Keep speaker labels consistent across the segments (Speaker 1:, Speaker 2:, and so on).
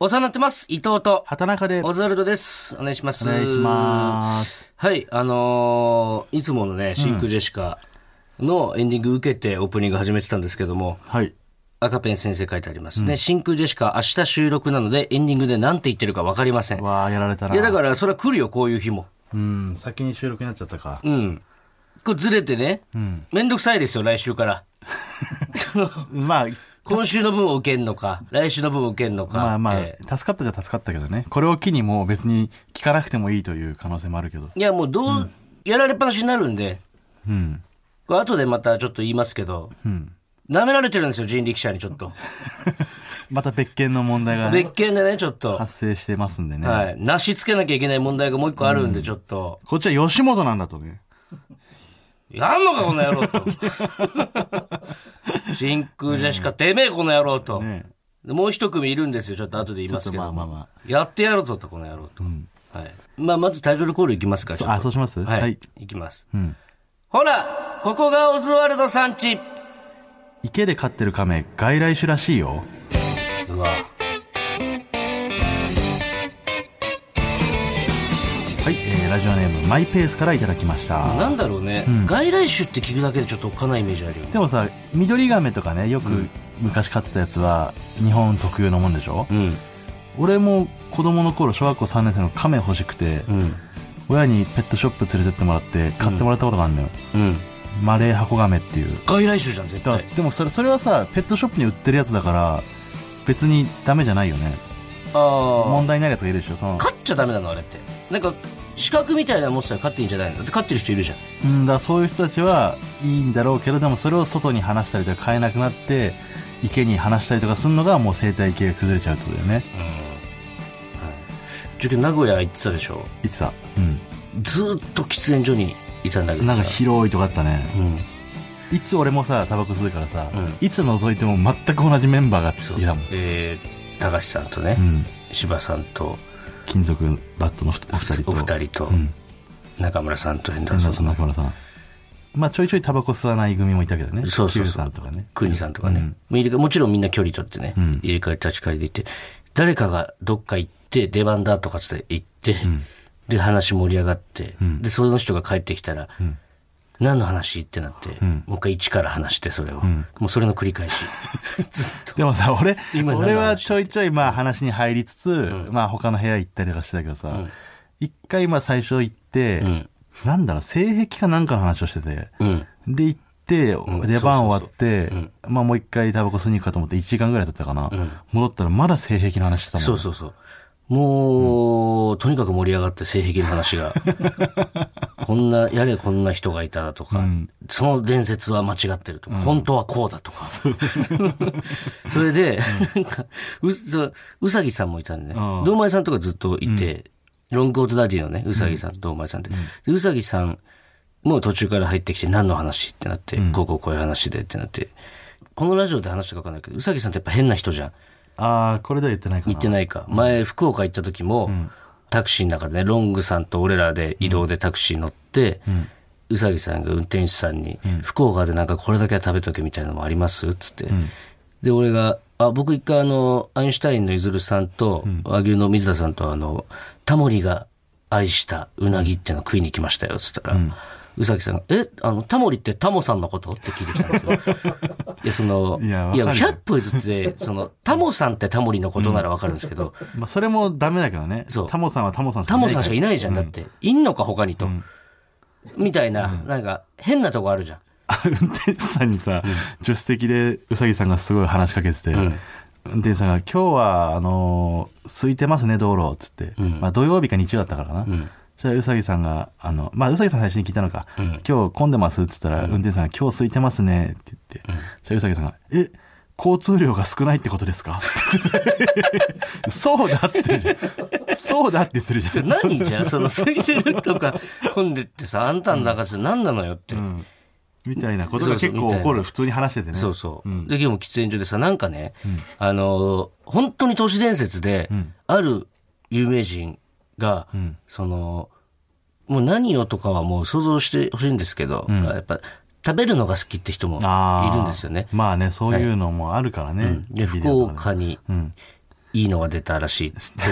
Speaker 1: お世話になってます。伊藤と、
Speaker 2: 畑中で
Speaker 1: オズワルドです。お願いします。
Speaker 2: お願いします。
Speaker 1: はい、あのーいつものね、シンクジェシカのエンディング受けてオープニング始めてたんですけども、
Speaker 2: はい。
Speaker 1: 赤ペン先生書いてありますね。真空ジェシカ、明日収録なので、エンディングで何て言ってるか分かりません。い
Speaker 2: わあやられたな。
Speaker 1: や、だから、それは来るよ、こういう日も。
Speaker 2: うん、先に収録になっちゃったか。
Speaker 1: うん。これずれてね、めんどくさいですよ、来週から。その
Speaker 2: まあ、
Speaker 1: 今週の分を受けんのか、来週の分を受けんのか。
Speaker 2: まあまあ、
Speaker 1: って
Speaker 2: 助かったじゃ助かったけどね。これを機にもう別に聞かなくてもいいという可能性もあるけど。
Speaker 1: いや、もうどう、やられっぱなしになるんで、
Speaker 2: うん。
Speaker 1: これ後でまたちょっと言いますけど、舐められてるんですよ、人力車にちょっと。
Speaker 2: また別件の問題がね
Speaker 1: 別件でね、ちょっと。
Speaker 2: 発生してますんでね。
Speaker 1: はい。なしつけなきゃいけない問題がもう一個あるんで、ちょっと。
Speaker 2: こっちは吉本なんだとね。
Speaker 1: やんのか、この野郎 と。真空ジェシカ、てめえ、この野郎と。
Speaker 2: ね
Speaker 1: でもう一組いるんですよ、ちょっと後で言いますけど。
Speaker 2: ちょっとまあまあま
Speaker 1: やってやるぞと、この野郎と。はい。まあ、まずタイトルコールいきますか、ちょっ
Speaker 2: あ、
Speaker 1: と。
Speaker 2: そうします
Speaker 1: はい。
Speaker 2: はい
Speaker 1: い、。きます。
Speaker 2: うん。
Speaker 1: ほら、ここがオズワルド産地。
Speaker 2: 池で飼ってる亀、外来種らしいよ。
Speaker 1: うわ。
Speaker 2: はい、えー、ラジオネーム、マイペースからいただきました。
Speaker 1: なんだろうね、外来種って聞くだけでちょっとおっかないイメージあるよね。
Speaker 2: でもさ、緑亀とかね、よく昔飼ってたやつは、日本特有のもんでしょ
Speaker 1: うん。
Speaker 2: 俺も子供の頃小学校3年生の亀欲しくて、
Speaker 1: うん。
Speaker 2: 親にペットショップ連れてってもらって買ってもらったことがあるのよ、
Speaker 1: うん。
Speaker 2: マレーハコガメっていう
Speaker 1: 外来種じゃん、絶
Speaker 2: だ
Speaker 1: 対
Speaker 2: から。でもそれそれはさペットショップに売ってるやつだから別にダメじゃないよね
Speaker 1: ああ。
Speaker 2: 問題になるやつがいるでしょその
Speaker 1: 飼っちゃダメなの、あれって。なんか、資格みたいなの持ってたら飼っていいんじゃないのだって飼ってる人いるじゃん。
Speaker 2: うんだからそういう人たちはいいんだろうけどでもそれを外に放したりとか飼えなくなって池に放したりとかするのがもう生態系が崩れちゃうってことだよね
Speaker 1: うん。はい。ちょっと名古屋行ってたでしょ
Speaker 2: いつさう
Speaker 1: ずーっと喫煙所にいたんだけ
Speaker 2: ん
Speaker 1: ど
Speaker 2: なん
Speaker 1: さ
Speaker 2: か広いとこあったね
Speaker 1: うん、
Speaker 2: いつ俺もさタバコ吸うからさ、
Speaker 1: うん
Speaker 2: いつ覗いても全く同じメンバー
Speaker 1: そ
Speaker 2: が
Speaker 1: う
Speaker 2: いたもん
Speaker 1: えー、高橋さんとね、
Speaker 2: うん
Speaker 1: 柴さんと
Speaker 2: 金属バットのふお二人と
Speaker 1: お二人と、
Speaker 2: うん
Speaker 1: 中村さんと遠
Speaker 2: 遠
Speaker 1: 藤さ
Speaker 2: 藤
Speaker 1: ん
Speaker 2: さん中村さんまあちょいちょいタバコ吸わない組もいたけどね
Speaker 1: そうそうそう
Speaker 2: Q さんとかね
Speaker 1: 国さんとかね、もう入れ替えもちろんみんな距離取ってね、
Speaker 2: うん
Speaker 1: 入れ替え立ち替えで行って誰かがどっか行って出番だとかつって行って、で話盛り上がって、
Speaker 2: ん
Speaker 1: でその人が帰ってきたら、
Speaker 2: ん
Speaker 1: 何の話ってなって、
Speaker 2: ん
Speaker 1: もう一回一から話してそれを、
Speaker 2: ん
Speaker 1: もうそれの繰り返し ずっと
Speaker 2: でもさ俺
Speaker 1: 今
Speaker 2: 俺
Speaker 1: 何の
Speaker 2: は
Speaker 1: 話
Speaker 2: ちょいちょいまあ話に入りつつ、まあ他の部屋行ったりとかしてたけどさ、一回まあ最初行って、
Speaker 1: ん
Speaker 2: なんだろう性癖かなんかの話をしてて
Speaker 1: うん
Speaker 2: で行って、
Speaker 1: ん
Speaker 2: 出番終わって
Speaker 1: そうそうそう
Speaker 2: まあもう一回タバコ吸いに行くかと思って1時間ぐらい経ったかな、戻ったらまだ性癖の話してたもん
Speaker 1: そうそうそう。もう、とにかく盛り上がって性癖の話 が。こんな、やれこんな人がいたとか、その伝説は間違ってるとか、本当はこうだと か。それで、なんか、うそううさぎさんもいたんでね
Speaker 2: うん、
Speaker 1: 堂前さんとかずっといて、ロングコートダディのね、うさぎさんと堂前さんで、でうさぎさんもう途中から入ってきて、何の話ってなって、こうこうこういう話でってなって、このラジオで話したかわかんないけど、うさぎさんってやっぱ変な人じゃん。
Speaker 2: ああこれでは言ってないかな
Speaker 1: 行ってないか。前、福岡行った時も、タクシーの中でね、ロングさんと俺らで移動でタクシー乗って、うさぎさんが運転手さんに、福岡でなんかこれだけは食べとけみたいなのもありますっつって。で、俺が、あ、僕一回あの、アインシュタインのゆずるさんと、和牛の水田さんとあの、タモリが愛したうなぎっていうのを食いに来ましたよっつったら、うさぎさんが、え、あの、タモリってタモさんのことって聞いてきたん ですよ。いや、その、
Speaker 2: いやわか
Speaker 1: い
Speaker 2: る
Speaker 1: や
Speaker 2: よ
Speaker 1: 100ポイズって、その、タモさんってタモリのことならわかるんですけど、
Speaker 2: まあ、それもダメだけどね。
Speaker 1: そう
Speaker 2: タモさんはタモさんしか
Speaker 1: タ
Speaker 2: い
Speaker 1: モ
Speaker 2: ないか
Speaker 1: さ
Speaker 2: ら
Speaker 1: んしかいないじゃん、だって。いんのか、他にと。みたいな、なんか、変なとこあるじゃん。
Speaker 2: あ運転手さんにさ、助手席でうさぎさんがすごい話しかけてて、運転手さんが、今日は、あのー空いてますね、道路、つって。まあ、土曜日か日曜だったからかな。そしたらうさぎさんが、あの、まあ、うさぎさん最初に聞いたのか、今日混んでますっつったら、運転手さんが、今日空いてますね、って言って、そしたらうさぎさんが、え、交通量が少ないってことですか ってそうだっつってるじゃん。そうだって言ってるじゃん。
Speaker 1: 何じゃん、その、過ぎてるとか、混んでってさ、あんたの中で何なのよって。
Speaker 2: みたいなことが結構起こる、普通に話しててね。
Speaker 1: そうそう。で、今日も喫煙所でさ、なんかね、あのー、本当に都市伝説で、ある有名人が、その、もう何をとかはもう想像してほしいんですけど、やっぱ、食べるのが好きって人もい
Speaker 2: あー
Speaker 1: るんですよね。
Speaker 2: まあね、そういうのもあるからね。
Speaker 1: で、
Speaker 2: ビ
Speaker 1: 福
Speaker 2: デオとかね
Speaker 1: 岡にいいのが出たらしい っつって。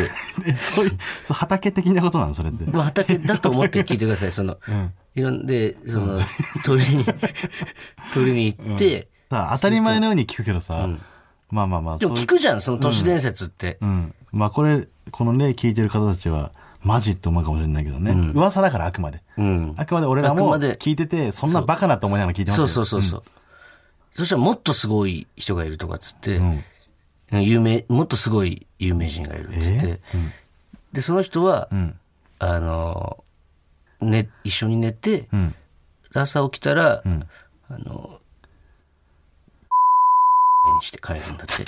Speaker 2: えそういう、そう畑的なことなのそれって。
Speaker 1: まあ、畑だと思って聞いてください。その、いろんで、その、取りに、取りに行って、
Speaker 2: さあ当たり前のように聞くけどさ、まあまあまあ、
Speaker 1: で
Speaker 2: そう
Speaker 1: も
Speaker 2: いう
Speaker 1: 聞くじゃん、その都市伝説って。
Speaker 2: うん。まあこれ、このね、聞いてる方たちは、マジって思うかもしれないけどね。噂だからあくまで。
Speaker 1: うん。
Speaker 2: あくまで俺ら
Speaker 1: あく
Speaker 2: も
Speaker 1: まで
Speaker 2: 聞いてて、そんなバカなと思いながら聞いてます
Speaker 1: そ
Speaker 2: よ
Speaker 1: うそうそうそう。そしたらもっとすごい人がいるとかっつって、
Speaker 2: ん
Speaker 1: 有名、もっとすごい有名人がいるっつって、で、その人は、
Speaker 2: ん
Speaker 1: あの、ね、一緒に寝て、
Speaker 2: ん
Speaker 1: 朝起きたら、あの、にして帰るんだって。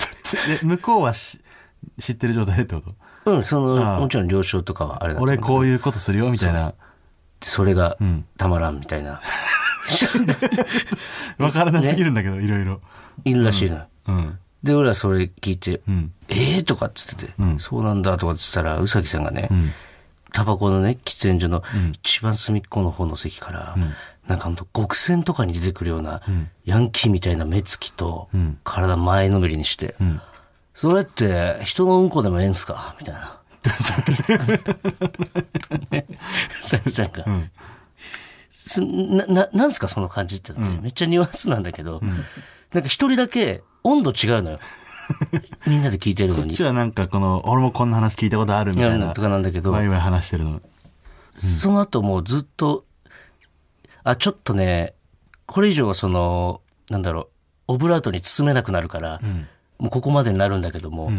Speaker 2: で向こうはし知ってる状態でってこと
Speaker 1: うん、そ
Speaker 2: ああ
Speaker 1: の、もちろん了承とかはあれだと思う
Speaker 2: 俺こういうことするよみたいな。
Speaker 1: それが
Speaker 2: ん
Speaker 1: たまらんみたいな、
Speaker 2: わからなすぎるんだけど、いろいろ。
Speaker 1: いるらしいのよ。
Speaker 2: うん。
Speaker 1: で、俺はそれ聞いて、
Speaker 2: うん。
Speaker 1: ええー、とかっつってて、
Speaker 2: うん
Speaker 1: そうなんだとかっつったら、宇崎さんがね、
Speaker 2: うん。
Speaker 1: タバコのね、喫煙所の一番隅っこの方の席から、なんかほんと極戦とかに出てくるような、ヤンキーみたいな目つきと、
Speaker 2: ん
Speaker 1: 体前のめりにして、
Speaker 2: ん
Speaker 1: それって人のうんこでもええんすかみたい な。宇崎さんが。すな、な、なんすかその感じってだって、めっちゃニュアンスなんだけど、なんか一人だけ温度違う のよ。みんなで聞いてるの
Speaker 2: こっ
Speaker 1: に。
Speaker 2: ちはなんかこの、俺もこんな話聞いたことあるみ
Speaker 1: や
Speaker 2: た
Speaker 1: る
Speaker 2: い
Speaker 1: な
Speaker 2: な
Speaker 1: と。かなんだけど、
Speaker 2: ワイワイ話してるの。
Speaker 1: その後もうずっと、あ、ちょっとね、これ以上はその、なんだろう、オブラートに包めなくなるから、もうここまでになるんだけども、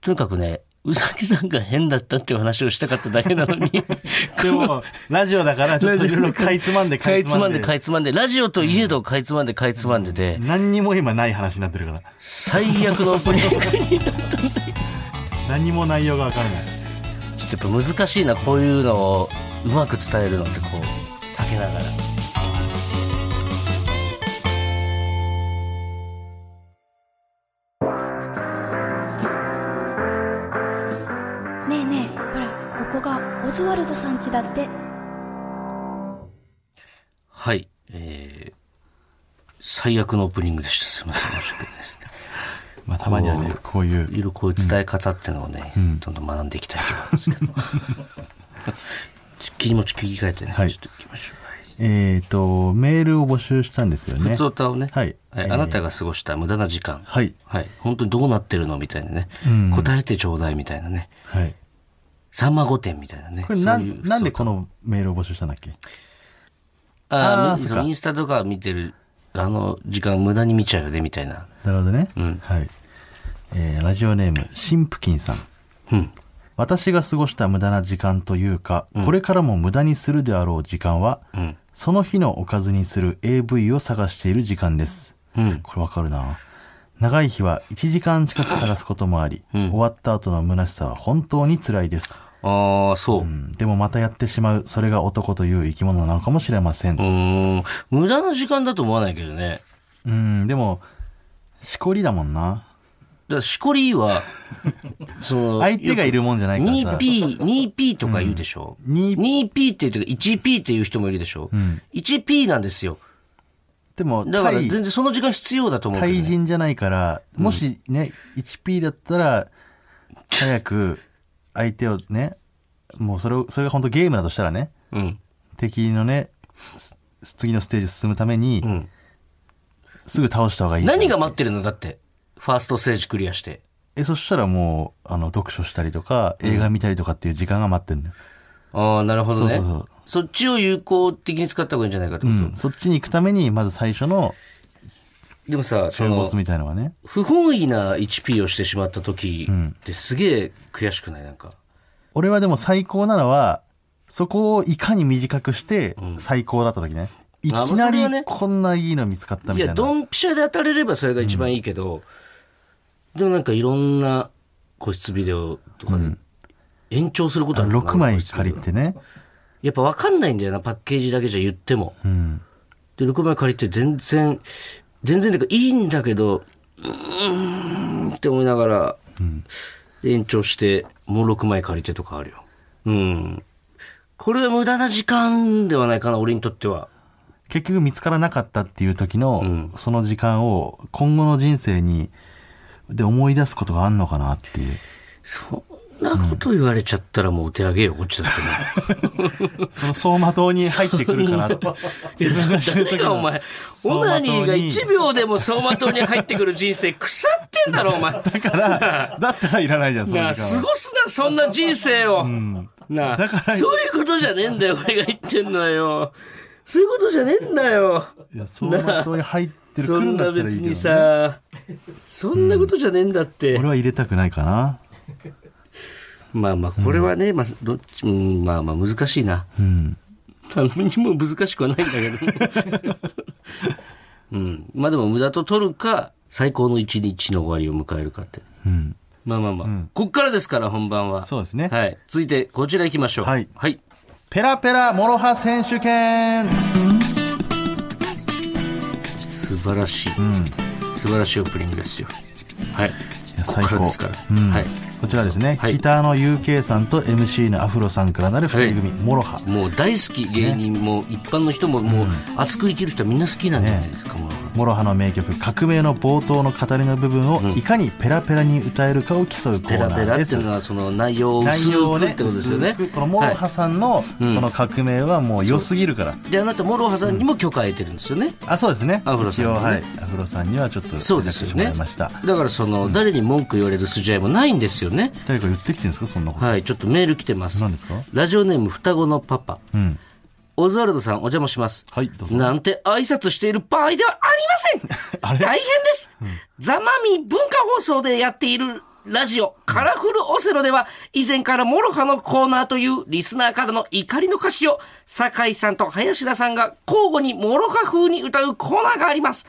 Speaker 1: とにかくね、うさぎさんが変だったっていう話をしたかっただけなのに、
Speaker 2: でも、ラジオだからちょっといろいろかいつまんで
Speaker 1: かいつまんでか
Speaker 2: い
Speaker 1: いつまんで、ラジオといえどかいつまんでかいつまんでで、
Speaker 2: 何にも今ない話になってるから。
Speaker 1: 最悪のオープニング
Speaker 2: 何も内容がわからない。
Speaker 1: ちょっとやっぱ難しいなこういうのをうまく伝えるのってこう避けながら。
Speaker 3: ねえねえほらここがオズワルドさん家だって
Speaker 1: はい、えー、最悪のオープニングでした。すみません、申し訳ないですね。
Speaker 2: まあたまにはね、こういう
Speaker 1: いろいろこういう伝え方っていうのをね、どんどん学んでいきたいと思うんですけど。ちょ気持ち切り替えてね、
Speaker 2: はい
Speaker 1: ちょっと行きましょう。はい
Speaker 2: えっ、と、メールを募集したんですよね
Speaker 1: 普。通歌をね、
Speaker 2: はいえー
Speaker 1: あなたが過ごした無駄な時間、
Speaker 2: はい。
Speaker 1: はい、本当にどうなってるのみたいなね、
Speaker 2: うん
Speaker 1: 答えてちょうだいみたいなね、
Speaker 2: はい。
Speaker 1: さんま御殿みたいなね。
Speaker 2: これな、
Speaker 1: そういうん
Speaker 2: なんでこのメールを募集したんだっけ
Speaker 1: あ
Speaker 2: あ
Speaker 1: あ
Speaker 2: ーそっ
Speaker 1: そ
Speaker 2: か
Speaker 1: のインスタとか見てるあの時間無駄に見ちゃうよねみたいな
Speaker 2: なるほどね。
Speaker 1: ん
Speaker 2: はい。えーラジオネーム、シンプキンさん。
Speaker 1: うん
Speaker 2: 私が過ごした無駄な時間というか、これからも無駄にするであろう時間は、
Speaker 1: うん
Speaker 2: その日のおかずにする AV を探している時間です。
Speaker 1: うん
Speaker 2: これわかるな長い日は1時間近く探すこともあり、終わった後の虚しさは本当に辛いです。
Speaker 1: ああそう
Speaker 2: うんでもまたやってしまう、それが男という生き物なのかもしれません。
Speaker 1: うーん無駄な時間だと思わないけどね
Speaker 2: うん、でも、しこりだもんな。
Speaker 1: だからしこりは その
Speaker 2: 相手がいるもんじゃないからさ。
Speaker 1: 2P、2P とか言うでしょ、
Speaker 2: うん 2P
Speaker 1: 2P って言うと 1P っていう人もいるでしょ、1P なんですよ。
Speaker 2: でも、
Speaker 1: だから
Speaker 2: 対
Speaker 1: 全然その時間必要だと思うけど、
Speaker 2: 対
Speaker 1: ね。
Speaker 2: 人じゃないから、もしね、1P だったら、早く相手をね、もうそれを、それが本当ゲームだとしたらね、
Speaker 1: うん。
Speaker 2: 敵のね、す次のステージ進むために、
Speaker 1: ん
Speaker 2: すぐ倒した方がいい。
Speaker 1: 何が待ってるのだって。ファーストステージクリアして。
Speaker 2: え、そしたらもう、あの、読書したりとか、映画見たりとかっていう時間が待ってんのよ。
Speaker 1: ああ、なるほどね
Speaker 2: そうそうそう
Speaker 1: そっちを有効的に使った方がいいんじゃないかって
Speaker 2: う
Speaker 1: こと。
Speaker 2: ん。そっちに行くために、まず最初の
Speaker 1: でもさ、そ
Speaker 2: 中ボ
Speaker 1: の
Speaker 2: ス、みたいのはね。
Speaker 1: 不本意な 1P をしてしまった時ってすげえ悔しくないなんか。
Speaker 2: 俺はでも最高なのは、そこをいかに短くして、最高だった時ね。い
Speaker 1: あ
Speaker 2: きな
Speaker 1: それはね
Speaker 2: りこんないいの見つかったみ
Speaker 1: い
Speaker 2: たいな。
Speaker 1: や、ドンピシャで当たれればそれが一番いいけど、でもなんかいろんな個室ビデオとかで延長することあるのかな
Speaker 2: 6枚借り。
Speaker 1: 個室ビデ
Speaker 2: てね。
Speaker 1: オやっぱわかんないんだよな、パッケージだけじゃ言っても。
Speaker 2: うん。
Speaker 1: で、6枚借りて全然、全然てかいいんだけど、うーんって思いながら、延長して、もう6枚借りてとかあるよ。うん。これは無駄な時間ではないかな、俺にとっては。
Speaker 2: 結局見つからなかったっていう時の、その時間を今後の人生に、で思い出すことがあんのかなっていう。
Speaker 1: そんなこと言われちゃったらもうお手上げよ、こっちだってね。
Speaker 2: その走馬灯に入ってくるかな って。
Speaker 1: いや
Speaker 2: 自分が死ぬ
Speaker 1: 誰
Speaker 2: 時
Speaker 1: が
Speaker 2: の
Speaker 1: お前、
Speaker 2: 走
Speaker 1: オナ
Speaker 2: 馬灯
Speaker 1: ニ
Speaker 2: に
Speaker 1: ーが1秒でも走馬灯に入ってくる人生腐ってんだ ろ、お前。
Speaker 2: だから、だったらいらないじゃん、その
Speaker 1: なあ、
Speaker 2: 時間は
Speaker 1: 過ごすな、そんな人生を。な
Speaker 2: だか
Speaker 1: あ、
Speaker 2: ら
Speaker 1: そういうことじゃねえんだよ、俺が言ってんのはよ。そういうことじゃねえんだよ。
Speaker 2: いや、走馬灯に入ってる、
Speaker 1: そ
Speaker 2: 来る
Speaker 1: ん
Speaker 2: んだ
Speaker 1: な
Speaker 2: ったら
Speaker 1: 別
Speaker 2: いいけど
Speaker 1: に
Speaker 2: ね。
Speaker 1: さ、そんなことじゃねえんだって。
Speaker 2: 俺は入れたくないかな。
Speaker 1: まあまあ、これはね、まあ、どっち、うんまあまあ難しいな。
Speaker 2: うん。
Speaker 1: 何にも難しくはないんだけど。 うん。まあでも無駄と取るか、最高の一日の終わりを迎えるかって。
Speaker 2: うん。
Speaker 1: まあまあまあ。こっからですから、本番は。
Speaker 2: そうですね
Speaker 1: はい。続いて、こちら行きましょう。
Speaker 2: はい
Speaker 1: はい。
Speaker 2: ペラペラモロハ選手権
Speaker 1: 素晴らしい、素晴らしいオープニングですよ。はい。
Speaker 2: や
Speaker 1: ここからですから。
Speaker 2: 最高うん
Speaker 1: はい。
Speaker 2: こちらですね、
Speaker 1: はい
Speaker 2: ギターの UK さんと MC のアフロさんからなる2人組、モロハ
Speaker 1: もう大好き芸人も、一般の人ももう熱く生きる人はみんな好きなんじゃないですか、もう
Speaker 2: モロハの名曲「革命」の冒頭の語りの部分をいかにペラペラに歌えるかを競うコ
Speaker 1: ペ
Speaker 2: ーナ
Speaker 1: ラペ
Speaker 2: ー
Speaker 1: ラ
Speaker 2: で
Speaker 1: って
Speaker 2: す
Speaker 1: いうのはその内容を薄
Speaker 2: 内容を
Speaker 1: く
Speaker 2: ね
Speaker 1: ってことですよね
Speaker 2: 薄くこのモロハさんのこの革命はもう良すぎるから、
Speaker 1: であなたモロハさんにも許可得てるんですよね、
Speaker 2: あそうですね
Speaker 1: アフロさんに
Speaker 2: 一応
Speaker 1: ね
Speaker 2: はいアフロさんにはちょっと
Speaker 1: そうですよ
Speaker 2: や
Speaker 1: ね
Speaker 2: ってしまいました
Speaker 1: だからその、誰に文句言われる筋合いもないんですよね
Speaker 2: 誰か言ってきてるんですかそんなこと、
Speaker 1: はいちょっとメール来てます
Speaker 2: 何ですか
Speaker 1: ラジオネーム双子のパパ
Speaker 2: うん
Speaker 1: オズワルドさんお邪魔します
Speaker 2: はいどうぞ
Speaker 1: なんて挨拶している場合ではありません
Speaker 2: あれ
Speaker 1: 大変です、ザ・マミィ文化放送でやっているラジオカラフルオセロでは以前からモロハのコーナーというリスナーからの怒りの歌詞を酒井さんと林田さんが交互にモロハ風に歌うコーナーがあります、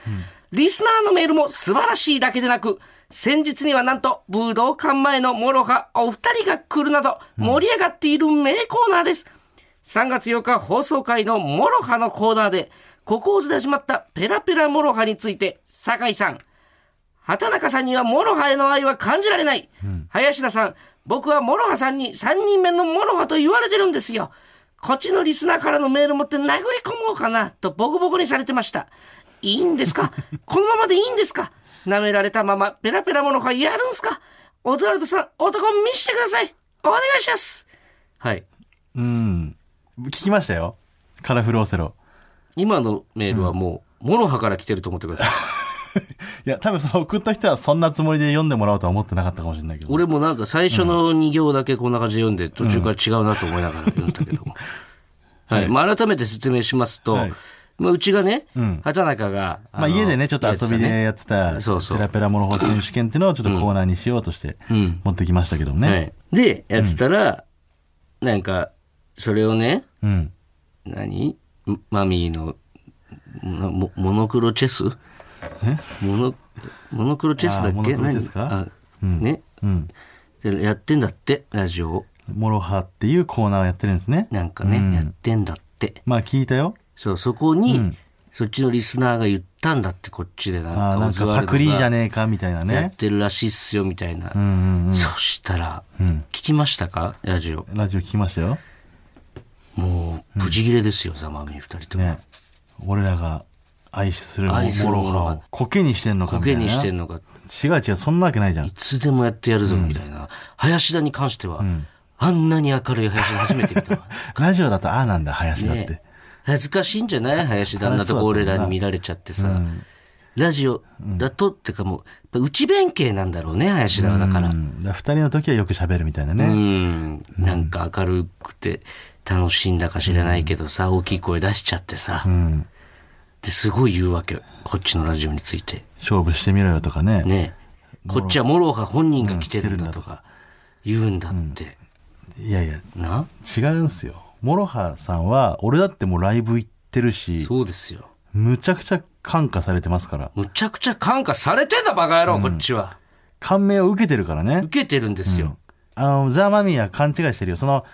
Speaker 1: リスナーのメールも素晴らしいだけでなく先日にはなんと武道館前のモロハお二人が来るなど盛り上がっている名コーナーです、3月8日放送回のモロハのコーナーで、ここをずで始まったペラペラモロハについて、酒井さん、畑中さんにはモロハへの愛は感じられない。林田さん、僕はモロハさんに3人目のモロハと言われてるんですよ。こっちのリスナーからのメール持って殴り込もうかな、とボコボコにされてました。いいんです かこのままでいいんですか舐められたままペラペラモロハやるんすかオズワルドさん、男見してください。お願いします。はい。
Speaker 2: うん聞きましたよカラフルオセロ
Speaker 1: 今のメールはもう、モロハから来てると思ってください。
Speaker 2: いや、多分その送った人はそんなつもりで読んでもらおうとは思ってなかったかもしれないけど。
Speaker 1: 俺もなんか最初の2行だけこんな感じで読んで、途中から違うなと思いながら読んだけども。はい。まあ、改めて説明しますと、
Speaker 2: はい
Speaker 1: まあ、うちがね、
Speaker 2: ん
Speaker 1: 畑中が、
Speaker 2: ま
Speaker 1: の
Speaker 2: あ家でね、ちょっと遊びでや
Speaker 1: や
Speaker 2: っててた、
Speaker 1: そうそう
Speaker 2: ペラペラモロホ選手権っていうのをちょっとコーナーにしようとして、
Speaker 1: ん
Speaker 2: 持ってきましたけど
Speaker 1: た
Speaker 2: ね。
Speaker 1: ねはい。で、やってたら、なんか、それをね、
Speaker 2: うん。
Speaker 1: 何マミーの、ももモノクロチェスモノ、モノクロチェスだ
Speaker 2: あーモ
Speaker 1: っ
Speaker 2: ノク
Speaker 1: け
Speaker 2: ロチェスか
Speaker 1: 何あね。
Speaker 2: うん。
Speaker 1: でやってんだって、ラジオを。
Speaker 2: モロハっていうコーナーをやってるんですね。
Speaker 1: なんかね、
Speaker 2: うん
Speaker 1: やってんだって。
Speaker 2: まあ聞いたよ。
Speaker 1: そう、そこに、
Speaker 2: ん
Speaker 1: そっちのリスナーが言ったんだって、こっちでなん
Speaker 2: ああ、
Speaker 1: か、
Speaker 2: な
Speaker 1: オ
Speaker 2: ん
Speaker 1: ズ
Speaker 2: か
Speaker 1: ワ
Speaker 2: パ
Speaker 1: ルド
Speaker 2: クリじゃ
Speaker 1: が
Speaker 2: ねえか、みたいな
Speaker 1: やっ
Speaker 2: ね。
Speaker 1: てるらしいっすよ、みたいな。
Speaker 2: うんうん
Speaker 1: そしたら、聞きましたかラジオ。
Speaker 2: うん。ラジオ聞きましたよ。
Speaker 1: もう、ブチギレですよ、ザマミィ二人とも。
Speaker 2: ね。俺らが愛するモ
Speaker 1: 愛する
Speaker 2: ロ
Speaker 1: モロ
Speaker 2: ハ
Speaker 1: ハ
Speaker 2: をコケにしてんのか
Speaker 1: ボ
Speaker 2: みた
Speaker 1: ケ
Speaker 2: いな。
Speaker 1: にしてんのか、い
Speaker 2: 違う違う、そんなわけないじゃん。
Speaker 1: つでもやってやるぞ、みたいな。林田に関しては、あんなに明るい林田初めて見たわ。
Speaker 2: ラジオだとああなんだ、林だって。
Speaker 1: ね恥ずかしいんじゃない林田あんなとこ俺らに見られちゃってさ、ラジオだとってかもうやっぱ内弁慶なんだろうね林田はだから、
Speaker 2: うん、だから二人の時はよく喋るみたいなね、
Speaker 1: うん、なんか明るくて楽しいんだか知らないけどさ、大きい声出しちゃってさ、
Speaker 2: ん
Speaker 1: ですごい言うわけこっちのラジオについて
Speaker 2: 勝負してみろよとかね
Speaker 1: ねこっちはモロハ本人が来てるんだとか言うんだって、
Speaker 2: いやいや
Speaker 1: な
Speaker 2: 違うんすよモロハさんは俺だってもうライブ行ってるし
Speaker 1: そうですよ
Speaker 2: むちゃくちゃ感化されてますから
Speaker 1: むちゃくちゃ感化されてんだバカ野郎、こっちは
Speaker 2: 感銘を受けてるからね
Speaker 1: 受けてるんですよ、
Speaker 2: あのザ・マミィは勘違いしてるよその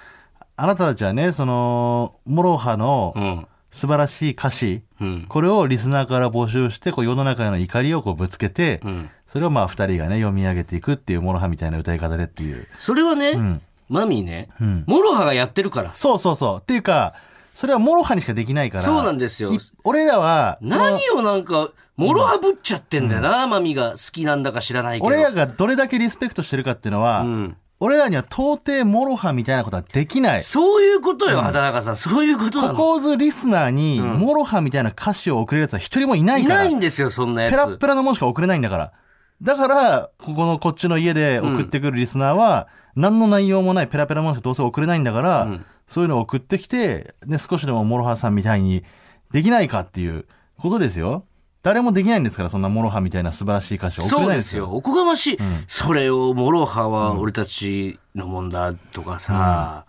Speaker 2: あなたたちはねそのモロハの
Speaker 1: うん
Speaker 2: 素晴らしい歌詞、
Speaker 1: うん
Speaker 2: これをリスナーから募集してこう世の中への怒りをこうぶつけて、
Speaker 1: ん
Speaker 2: それをまあ二人がね読み上げていくっていうモロハみたいな歌い方でっていう
Speaker 1: それはね、マミーね、
Speaker 2: ん
Speaker 1: モロハがやってるから。
Speaker 2: そうそうそう。っていうか、それはモロハにしかできないから。
Speaker 1: そうなんですよ
Speaker 2: い俺らは、
Speaker 1: 何をなんか、モロハぶっちゃってんだよな、マミーが好きなんだか知らないけど。
Speaker 2: 俺らがどれだけリスペクトしてるかっていうのは、
Speaker 1: うん
Speaker 2: 俺らには到底モロハみたいなことはできない。
Speaker 1: そういうことよ、畑中さん。そういうことな
Speaker 2: コ
Speaker 1: の。
Speaker 2: コーズリスナーに、モロハみたいな歌詞を送れるやつは一人もいない
Speaker 1: い
Speaker 2: から。
Speaker 1: ないんですよ、そんな
Speaker 2: ペ
Speaker 1: や
Speaker 2: ラッ
Speaker 1: つ。
Speaker 2: ペラのもんしか送れないんだから。だから、ここのこっちの家で送ってくるリスナーは、何の内容もないペラペラもんしかどうせ送れないんだから、そういうのを送ってきて、ね、少しでもモロハさんみたいにできないかっていうことですよ。誰もできないんですから、そんなモロハみたいな素晴らしい歌詞を送れ
Speaker 1: そう
Speaker 2: ないん
Speaker 1: で
Speaker 2: です
Speaker 1: す
Speaker 2: よ。
Speaker 1: よ。おこがましい。それを、モロハは俺たちのもんだとかさ、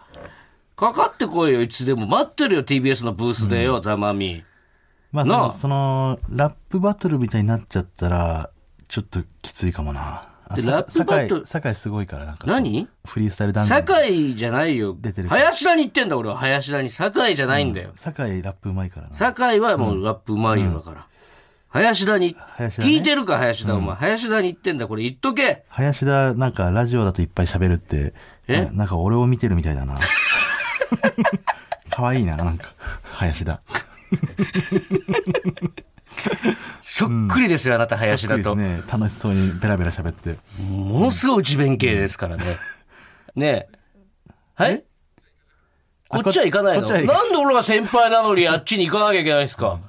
Speaker 1: かかってこいよ、いつでも。待ってるよ、TBS のブースでよ、ザ・マミィ。
Speaker 2: まあそ
Speaker 1: な
Speaker 2: の
Speaker 1: あ
Speaker 2: その、ラップバトルみたいになっちゃったら、ちょっときついかもな。あ
Speaker 1: で
Speaker 2: さ
Speaker 1: ラップバトル
Speaker 2: 酒井酒井すごいから、なんか。
Speaker 1: 何
Speaker 2: フリースタイルダンス。
Speaker 1: 酒井じゃないよ
Speaker 2: 出て。る
Speaker 1: 林田に言ってんだ、俺は。林田に。酒井じゃないんだよ。
Speaker 2: 酒井ラップうまいからな。
Speaker 1: 酒井はもうラップうまいよだから。林田に、
Speaker 2: 林田ね
Speaker 1: 聞いてるか林田お前、林田に言ってんだこれ言っとけ
Speaker 2: 林田、なんかラジオだといっぱい喋るって、
Speaker 1: え
Speaker 2: ななんか俺を見てるみたいだな。可愛いな、なんか、林田。
Speaker 1: そっくりですよ、あなた林田
Speaker 2: そ
Speaker 1: と。
Speaker 2: っくりですね、楽しそうにベラベラ喋って。
Speaker 1: ものすごい内弁慶ですからね。ねえ。はいこっちは行かない
Speaker 2: こ
Speaker 1: の
Speaker 2: っちは行か
Speaker 1: なんで俺が先輩なのにあっちに行かなきゃいけないんですか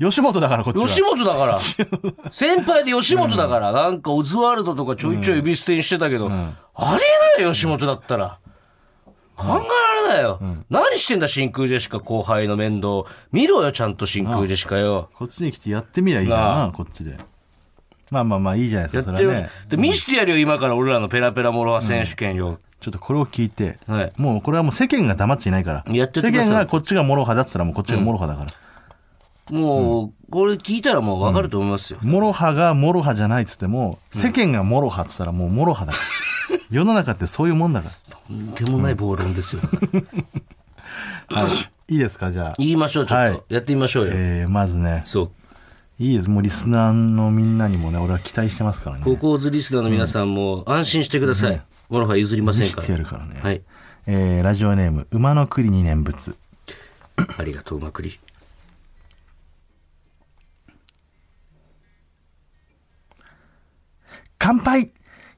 Speaker 2: 吉本だからこっちは。
Speaker 1: 吉本だから。 先輩で吉本だから。なんかオズワルドとかちょいちょい呼び捨てにしてたけど、ありえないよ、吉本だったら。考えられないよ。何してんだ、真空ジェシカ後輩の面倒。見ろよ、ちゃんと真空ジェシカよ。
Speaker 2: こっちに来てやってみりゃいいからな、こっちで。まあまあまあ、いいじゃないで
Speaker 1: や
Speaker 2: すか、
Speaker 1: っ
Speaker 2: そ
Speaker 1: てよ
Speaker 2: れはね。。
Speaker 1: で、見してやるよ、今から俺らのペラペラモロハ選手権よ。
Speaker 2: ちょっとこれを聞いて、
Speaker 1: はい
Speaker 2: もうこれはもう世間が黙っちゃいないから。
Speaker 1: やっちゃってください
Speaker 2: 世間がこっちがモロハだっつったらもうこっちがモロハだから。
Speaker 1: もう、これ聞いたらもうわかると思いますよ。
Speaker 2: モロハがモロハじゃないっつっても、世間がモロハっつったらもうモロハ だから。世の中ってそういうもんだから。
Speaker 1: とんでもない暴論ですよ。
Speaker 2: いいですかじゃあ。
Speaker 1: 言いましょう、ちょっ
Speaker 2: はい
Speaker 1: と。やってみましょうよ。
Speaker 2: えー、まずね、
Speaker 1: そう。
Speaker 2: いいです。もうリスナーのみんなにもね、俺は期待してますからね。
Speaker 1: 高校ズリスナーの皆さんも安心してください。モロハ譲りません
Speaker 2: 見
Speaker 1: か
Speaker 2: てや
Speaker 1: ら。
Speaker 2: るからね。
Speaker 1: はい。
Speaker 2: えー、ラジオネーム、馬の栗に念仏。
Speaker 1: ありがとう、まくり。
Speaker 2: 乾杯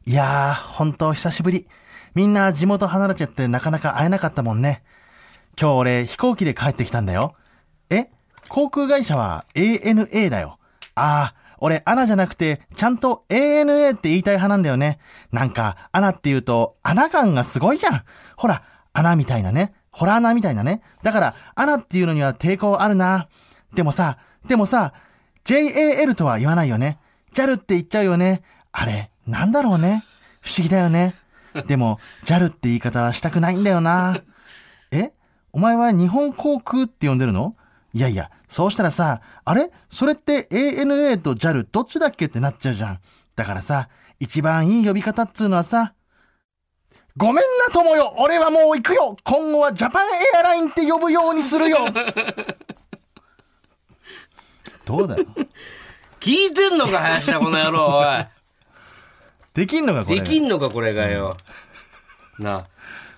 Speaker 2: いやー、本当久しぶり。みんな地元離れちゃってなかなか会えなかったもんね。今日俺飛行機で帰ってきたんだよ。え航空会社は ANA だよ。あー、俺アナじゃなくてちゃんと ANA って言いたい派なんだよね。なんかアナって言うと穴感がすごいじゃん。ほら、穴みたいなね。ホラー穴みたいなね。だからアナっていうのには抵抗あるな。でもさ、でもさ、JAL とは言わないよね。JAL って言っちゃうよね。あれ、なんだろうね。不思議だよね。でも、JAL って言い方はしたくないんだよな。えお前は日本航空って呼んでるのいやいや、そうしたらさ、あれそれって ANA と JAL どっちだっけってなっちゃうじゃん。だからさ、一番いい呼び方っつうのはさ、ごめんな友よ俺はもう行くよ今後はジャパンエアラインって呼ぶようにするよ どうだよ
Speaker 1: 聞いてんのか、林田、この野郎、お
Speaker 2: できんのか こ
Speaker 1: い。
Speaker 2: れ
Speaker 1: できんのか、これがよ。なあ、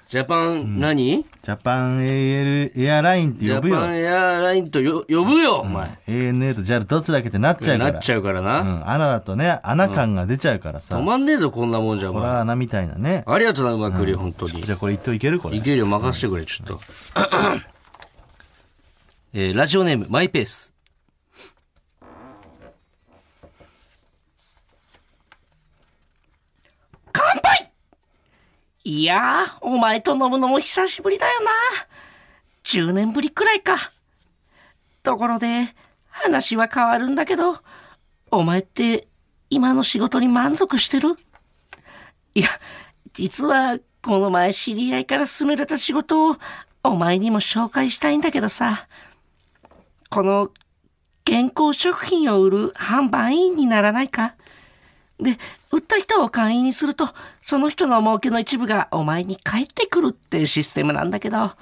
Speaker 1: ジャパン何、
Speaker 2: ジャパン AL エアラインって
Speaker 1: ジ
Speaker 2: 呼ぶ
Speaker 1: ャ
Speaker 2: よ
Speaker 1: パンエアラインとよ呼ぶよ、お前。
Speaker 2: ANA と JAL どっちだっけってなっちゃうか
Speaker 1: な
Speaker 2: ら
Speaker 1: っちゃうから
Speaker 2: う
Speaker 1: な。
Speaker 2: ん、穴だとね穴感が出ちゃうからさ、
Speaker 1: 止まんねえぞ、こんなもんじゃ、お
Speaker 2: これ
Speaker 1: 前。
Speaker 2: は穴みたいなね
Speaker 1: ありがとうな、うまくり、本当に
Speaker 2: じ。ゃあこれ一等いけるこれ
Speaker 1: いけるよ、任せてくれ、ちょっと。 えーラジオネーム、マイペース。乾杯いやー、お前と飲むのも久しぶりだよな。10年ぶりくらいか。ところで、話は変わるんだけど、お前って、今の仕事に満足してるいや、実は、この前知り合いから勧められた仕事を、お前にも紹介したいんだけどさ、この、健康食品を売る販売員にならないかで、売った人を会員にすると、その人の儲けの一部がお前に返ってくるってシステムなんだけど、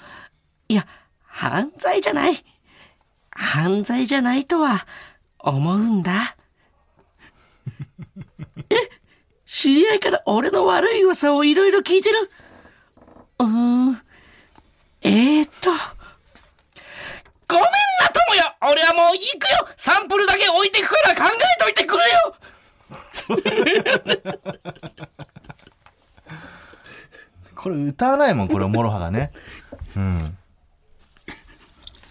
Speaker 1: いや、犯罪じゃない。犯罪じゃないとは、思うんだ。知り合いから俺の悪い噂をいろいろ聞いてる。うーん。えー、っと。ごめんな、友よ俺はもう行くよサンプルだけ置いてくから考えといてくれよ
Speaker 2: これ歌わないもんこれもろは がねうん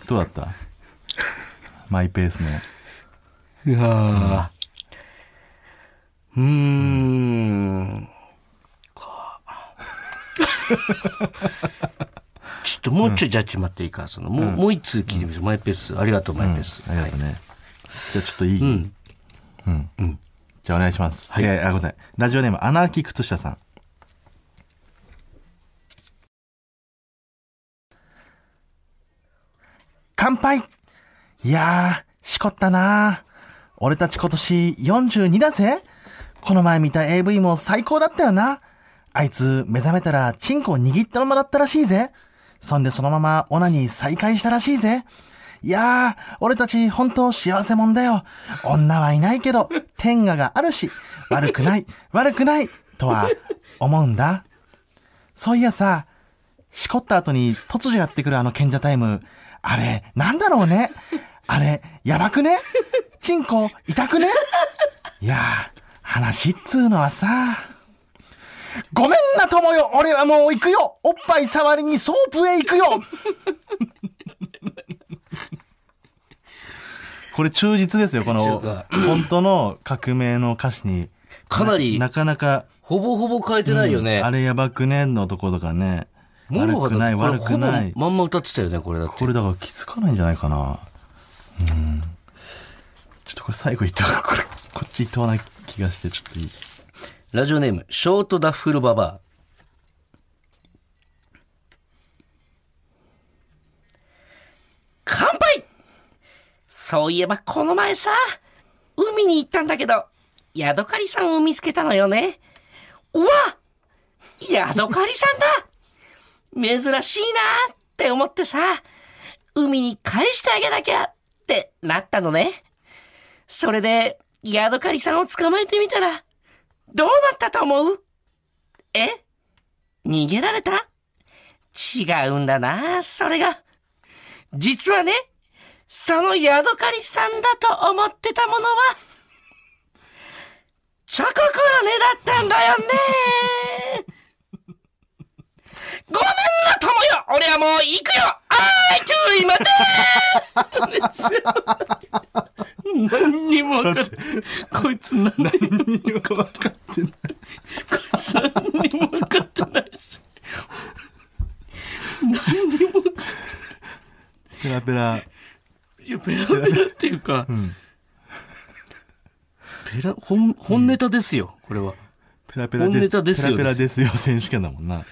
Speaker 2: どうだったマイペースの
Speaker 1: いやーうーん。か。ちょっともうちょいジャッジ待っていいか。そのもう、もう一通聞いてみましょう。マイペース。ありがとう、マイペース。
Speaker 2: ありがとうね、じゃあちょっといい、うん
Speaker 1: うん
Speaker 2: じゃあお願いします、
Speaker 1: はい
Speaker 2: えーあごめんなさいラジオネームアナーキー靴下さん乾杯いやー、しこったな俺たち今年42だぜこの前見た AV も最高だったよな。あいつ目覚めたらチンコを握ったままだったらしいぜ。そんでそのままオナに再会したらしいぜ。いやー、俺たち本当幸せもんだよ。女はいないけど、天下があるし、悪くない、悪くない、とは思うんだ。そういやさ、しこった後に突如やってくるあの賢者タイム。あれ、なんだろうね。あれ、やばくねチンコ、痛くねいやー、話っつうのはさ。ごめんな、友よ俺はもう行くよおっぱい触りにソープへ行くよ これ忠実ですよ、こ
Speaker 1: そう
Speaker 2: の
Speaker 1: か、
Speaker 2: 本当の革命の歌詞に。
Speaker 1: かなり
Speaker 2: なかなか。
Speaker 1: ほぼほぼ変えてないよね。
Speaker 2: あれやばくねのとことかね。
Speaker 1: モロ
Speaker 2: 悪
Speaker 1: ハ
Speaker 2: くない、
Speaker 1: だって
Speaker 2: 悪
Speaker 1: これ
Speaker 2: くない。
Speaker 1: ほぼまんま歌ってたよね、これだって。
Speaker 2: これだから気づかないんじゃないかな。うん。ちょっとこれ最後言ったこれ、こっち言っとわない気がして、ちょっといい。
Speaker 1: ラジオネーム、ショートダッフルババア。乾杯そういえばこの前さ、海に行ったんだけど、ヤドカリさんを見つけたのよね。うわヤドカリさんだ珍しいなって思ってさ、海に返してあげなきゃってなったのね。それで、ヤドカリさんを捕まえてみたら、どうなったと思うえ逃げられた違うんだな、それが。実はね、そのヤドカリさんだと思ってたものは、チョココロネだったんだよね。 ごめんな、友よ俺はもう行くよあーい、注意待て 何にも分かってこいつ何
Speaker 2: 何も分かってない。
Speaker 1: 何にも分かってないし何にも分かっ
Speaker 2: ペラ
Speaker 1: て
Speaker 2: ペラ。
Speaker 1: ないペラペラっていうか、ペラ本本ネタですよ、これは
Speaker 2: ペラペラ
Speaker 1: 本ネタですよ
Speaker 2: ペラペラですよ、選手権だもんな。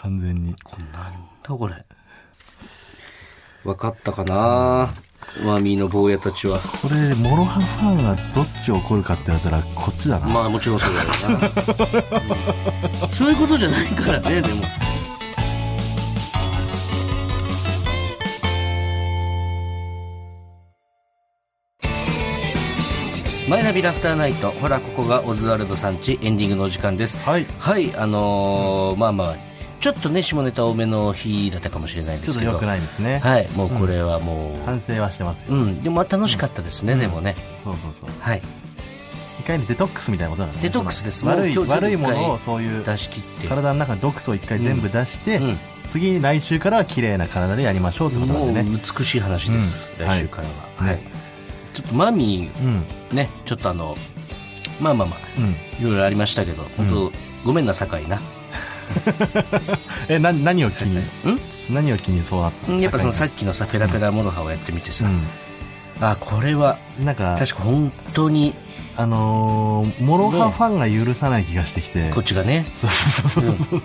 Speaker 2: 完全に。
Speaker 1: これなんだこれ分かったかなマミーの坊やたちは
Speaker 2: これ、モロハファンがどっち怒るかって言われたら、こっちだな。
Speaker 1: まあもちろんそうだよな、うんそういうことじゃないからねでもマイナビラフターナイトほらここがオズワルドさんちエンディングのお時間です
Speaker 2: はい
Speaker 1: はいあのーまあまあちょっとね下ネタ多めの日だったかもしれないで
Speaker 2: ちょっ
Speaker 1: す
Speaker 2: と
Speaker 1: けど
Speaker 2: 良くないですね。
Speaker 1: はいもうこれはも
Speaker 2: 反省はしてます
Speaker 1: う
Speaker 2: よ。
Speaker 1: うん、でもまあ楽しかったですね、でもね
Speaker 2: そうそうそう。
Speaker 1: はい
Speaker 2: 一回にデトックスみたいなことだからね。
Speaker 1: デトックスですもう
Speaker 2: 悪い、
Speaker 1: 今日全部
Speaker 2: 悪いも
Speaker 1: 一
Speaker 2: のを
Speaker 1: 回
Speaker 2: そういう。
Speaker 1: 出し切って
Speaker 2: 体の中の毒素を一回全部出して、
Speaker 1: うん
Speaker 2: 次来週からは綺麗な体でやりましょうってことな
Speaker 1: も
Speaker 2: ん
Speaker 1: う
Speaker 2: でね
Speaker 1: 美しい話です、
Speaker 2: うん
Speaker 1: 来週からは、
Speaker 2: は
Speaker 1: はいいちょっとマミ
Speaker 2: うんうん
Speaker 1: ーねちょっとあのまあまあまあいろいろありましたけど本当、ごめんな酒井な
Speaker 2: えな何を気に
Speaker 1: うん
Speaker 2: 何を気にそうなった
Speaker 1: やっぱそのさ
Speaker 2: さ
Speaker 1: っきのさペラペラモロハをやってみてさ、
Speaker 2: う
Speaker 1: あこれは
Speaker 2: ん、なんか
Speaker 1: 確か本当に
Speaker 2: あのー、モロハファンが許さない気がしてきて、
Speaker 1: こっちがね
Speaker 2: そうそうそうそう、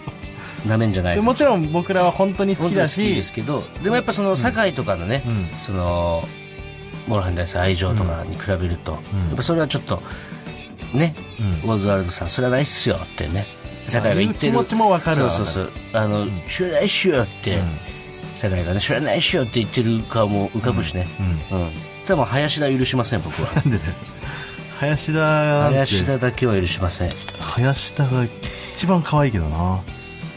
Speaker 1: なめんじゃない
Speaker 2: でもちろん僕らは本当に好
Speaker 1: 本
Speaker 2: き
Speaker 1: 当に好
Speaker 2: だ
Speaker 1: き
Speaker 2: し
Speaker 1: ですけどでもやっぱその酒井とかのね、
Speaker 2: うん
Speaker 1: そのモロハに対する愛情とかに比べると、
Speaker 2: うん
Speaker 1: やっぱそれはちょっとね
Speaker 2: うん
Speaker 1: オズワルドさんそれはないっすよってね酒井が言ってる
Speaker 2: ああいう気持ちもわかる
Speaker 1: そ
Speaker 2: わ
Speaker 1: うそうそうあの「知らないっしょ」って酒井がね「知らないっしょ」って言ってる顔も浮かぶしねうん、でも林田は許しません僕は
Speaker 2: なんでだよ林田なんて
Speaker 1: 林田だけは許しません
Speaker 2: 林田が一番可愛いけどな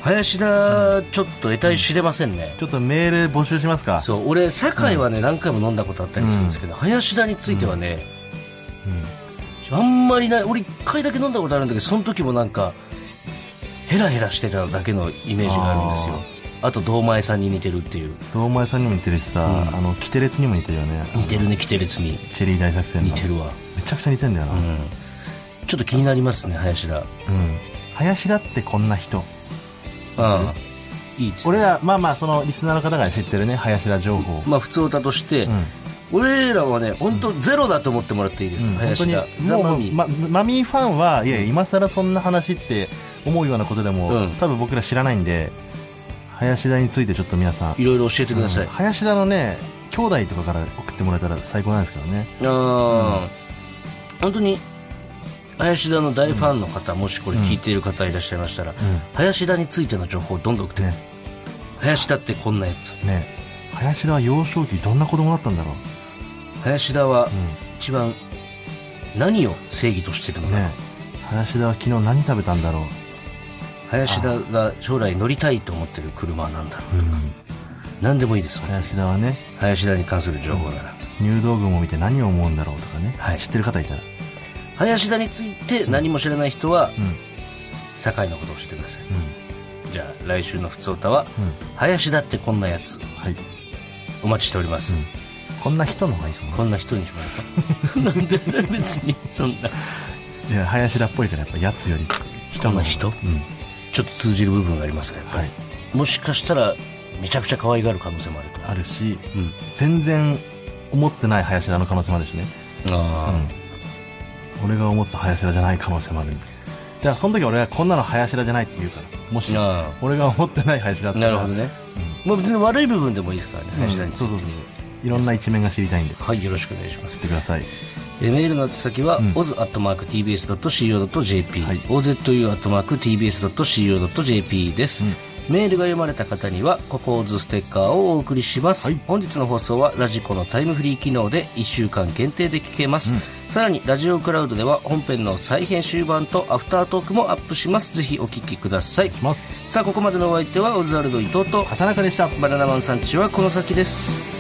Speaker 1: 林田ちょっと得体知れませんね、
Speaker 2: ちょっとメール募集しますか
Speaker 1: そう俺酒井はね、何回も飲んだことあったりするんですけど、林田についてはね、あんまりない俺一回だけ飲んだことあるんだけどその時もなんかヘラヘラしてただけのイメージがあるんですよあと堂前さんに似てるっていう
Speaker 2: 堂前さんにも似てるしさ、あのキテレツにも似てるよね
Speaker 1: 似てるねキテレツに
Speaker 2: チェリー大作戦の
Speaker 1: 似てるわ
Speaker 2: めちゃくちゃ似てんだよな、うん
Speaker 1: ちょっと気になりますね林田
Speaker 2: 林田ってこんな人
Speaker 1: うんいいですね
Speaker 2: 俺らまあまあそのリスナーの方が知ってるね林田情報、
Speaker 1: まあ普通歌として、俺らはね本当ゼロだと思ってもらっていいです、
Speaker 2: 本当
Speaker 1: 林
Speaker 2: に
Speaker 1: 田ザ・マ
Speaker 2: もう
Speaker 1: ミー、
Speaker 2: まマミーファンはいや今更そんな話って思うようなことでも、
Speaker 1: うん
Speaker 2: 多分僕ら知らないんで林田についてちょっと皆さん、
Speaker 1: いろいろ教えてください、
Speaker 2: うん林田のね兄弟とかから送ってもらえたら最高なんですけどね
Speaker 1: あー本当に林田の大ファンの方、もしこれ聞いている方いらっしゃいましたら、林田についての情報をどんどん送って、
Speaker 2: ね
Speaker 1: 林田ってこんなやつ
Speaker 2: ね林田は幼少期どんな子供だったんだろ
Speaker 1: 林田は
Speaker 2: う、
Speaker 1: 一番何を正義としてるのか、
Speaker 2: ね林田は昨日何食べたんだろう
Speaker 1: 林田が将来乗りたいと思ってる車は何だろうとか、何でもいいですもんね
Speaker 2: 林田はね
Speaker 1: 林田に関する情報なら、
Speaker 2: 入道雲を見て何を思うんだろうとかね、
Speaker 1: はい
Speaker 2: 知ってる方いたら
Speaker 1: 林田について何も知らない人は、堺のことを教えてください、じゃあ来週の「ふつおたは」林田ってこんなやつ」
Speaker 2: はい
Speaker 1: お待ちしております、
Speaker 2: こんな人の方がいいかもね
Speaker 1: こんな人にしまうか なんで別にそん ない
Speaker 2: や林田っぽいからやっぱやつより人
Speaker 1: こん
Speaker 2: の
Speaker 1: な
Speaker 2: 方
Speaker 1: 人、
Speaker 2: がうん
Speaker 1: ちょっと通じる部分がありますがやっぱり、
Speaker 2: はい
Speaker 1: もしかしたらめちゃくちゃ可愛がる可能性もあると
Speaker 2: あるし
Speaker 1: うん
Speaker 2: 全然思ってない林田の可能性もあるしね
Speaker 1: あー
Speaker 2: 俺が思ってた林田じゃない可能性もあるんでだからその時俺はこんなの林田じゃないって言うからもし
Speaker 1: あ
Speaker 2: 俺が思ってない林田だっ
Speaker 1: ー
Speaker 2: た
Speaker 1: な
Speaker 2: ら
Speaker 1: るほどね、まあ別に悪い部分でもいいですからね
Speaker 2: うん
Speaker 1: 林田について、
Speaker 2: そうそうそういろんな一面が知りたいんで送
Speaker 1: はいよろしくお願いします
Speaker 2: ってください
Speaker 1: えーメールの宛先は、
Speaker 2: ん
Speaker 1: oz.tbs.co.jp、
Speaker 2: はい
Speaker 1: ozu.tbs.co.jp です、
Speaker 2: うん
Speaker 1: メールが読まれた方にはココーズステッカーをお送りします、
Speaker 2: はい
Speaker 1: 本日の放送はラジコのタイムフリー機能で1週間限定で聞けます、さらにラジオクラウドでは本編の再編集版とアフタートークもアップしますぜひお聞きください
Speaker 2: します
Speaker 1: さあここまでのお相手はオズワルド伊藤と
Speaker 2: 畑中でした
Speaker 1: バナナマンさんちはこの先です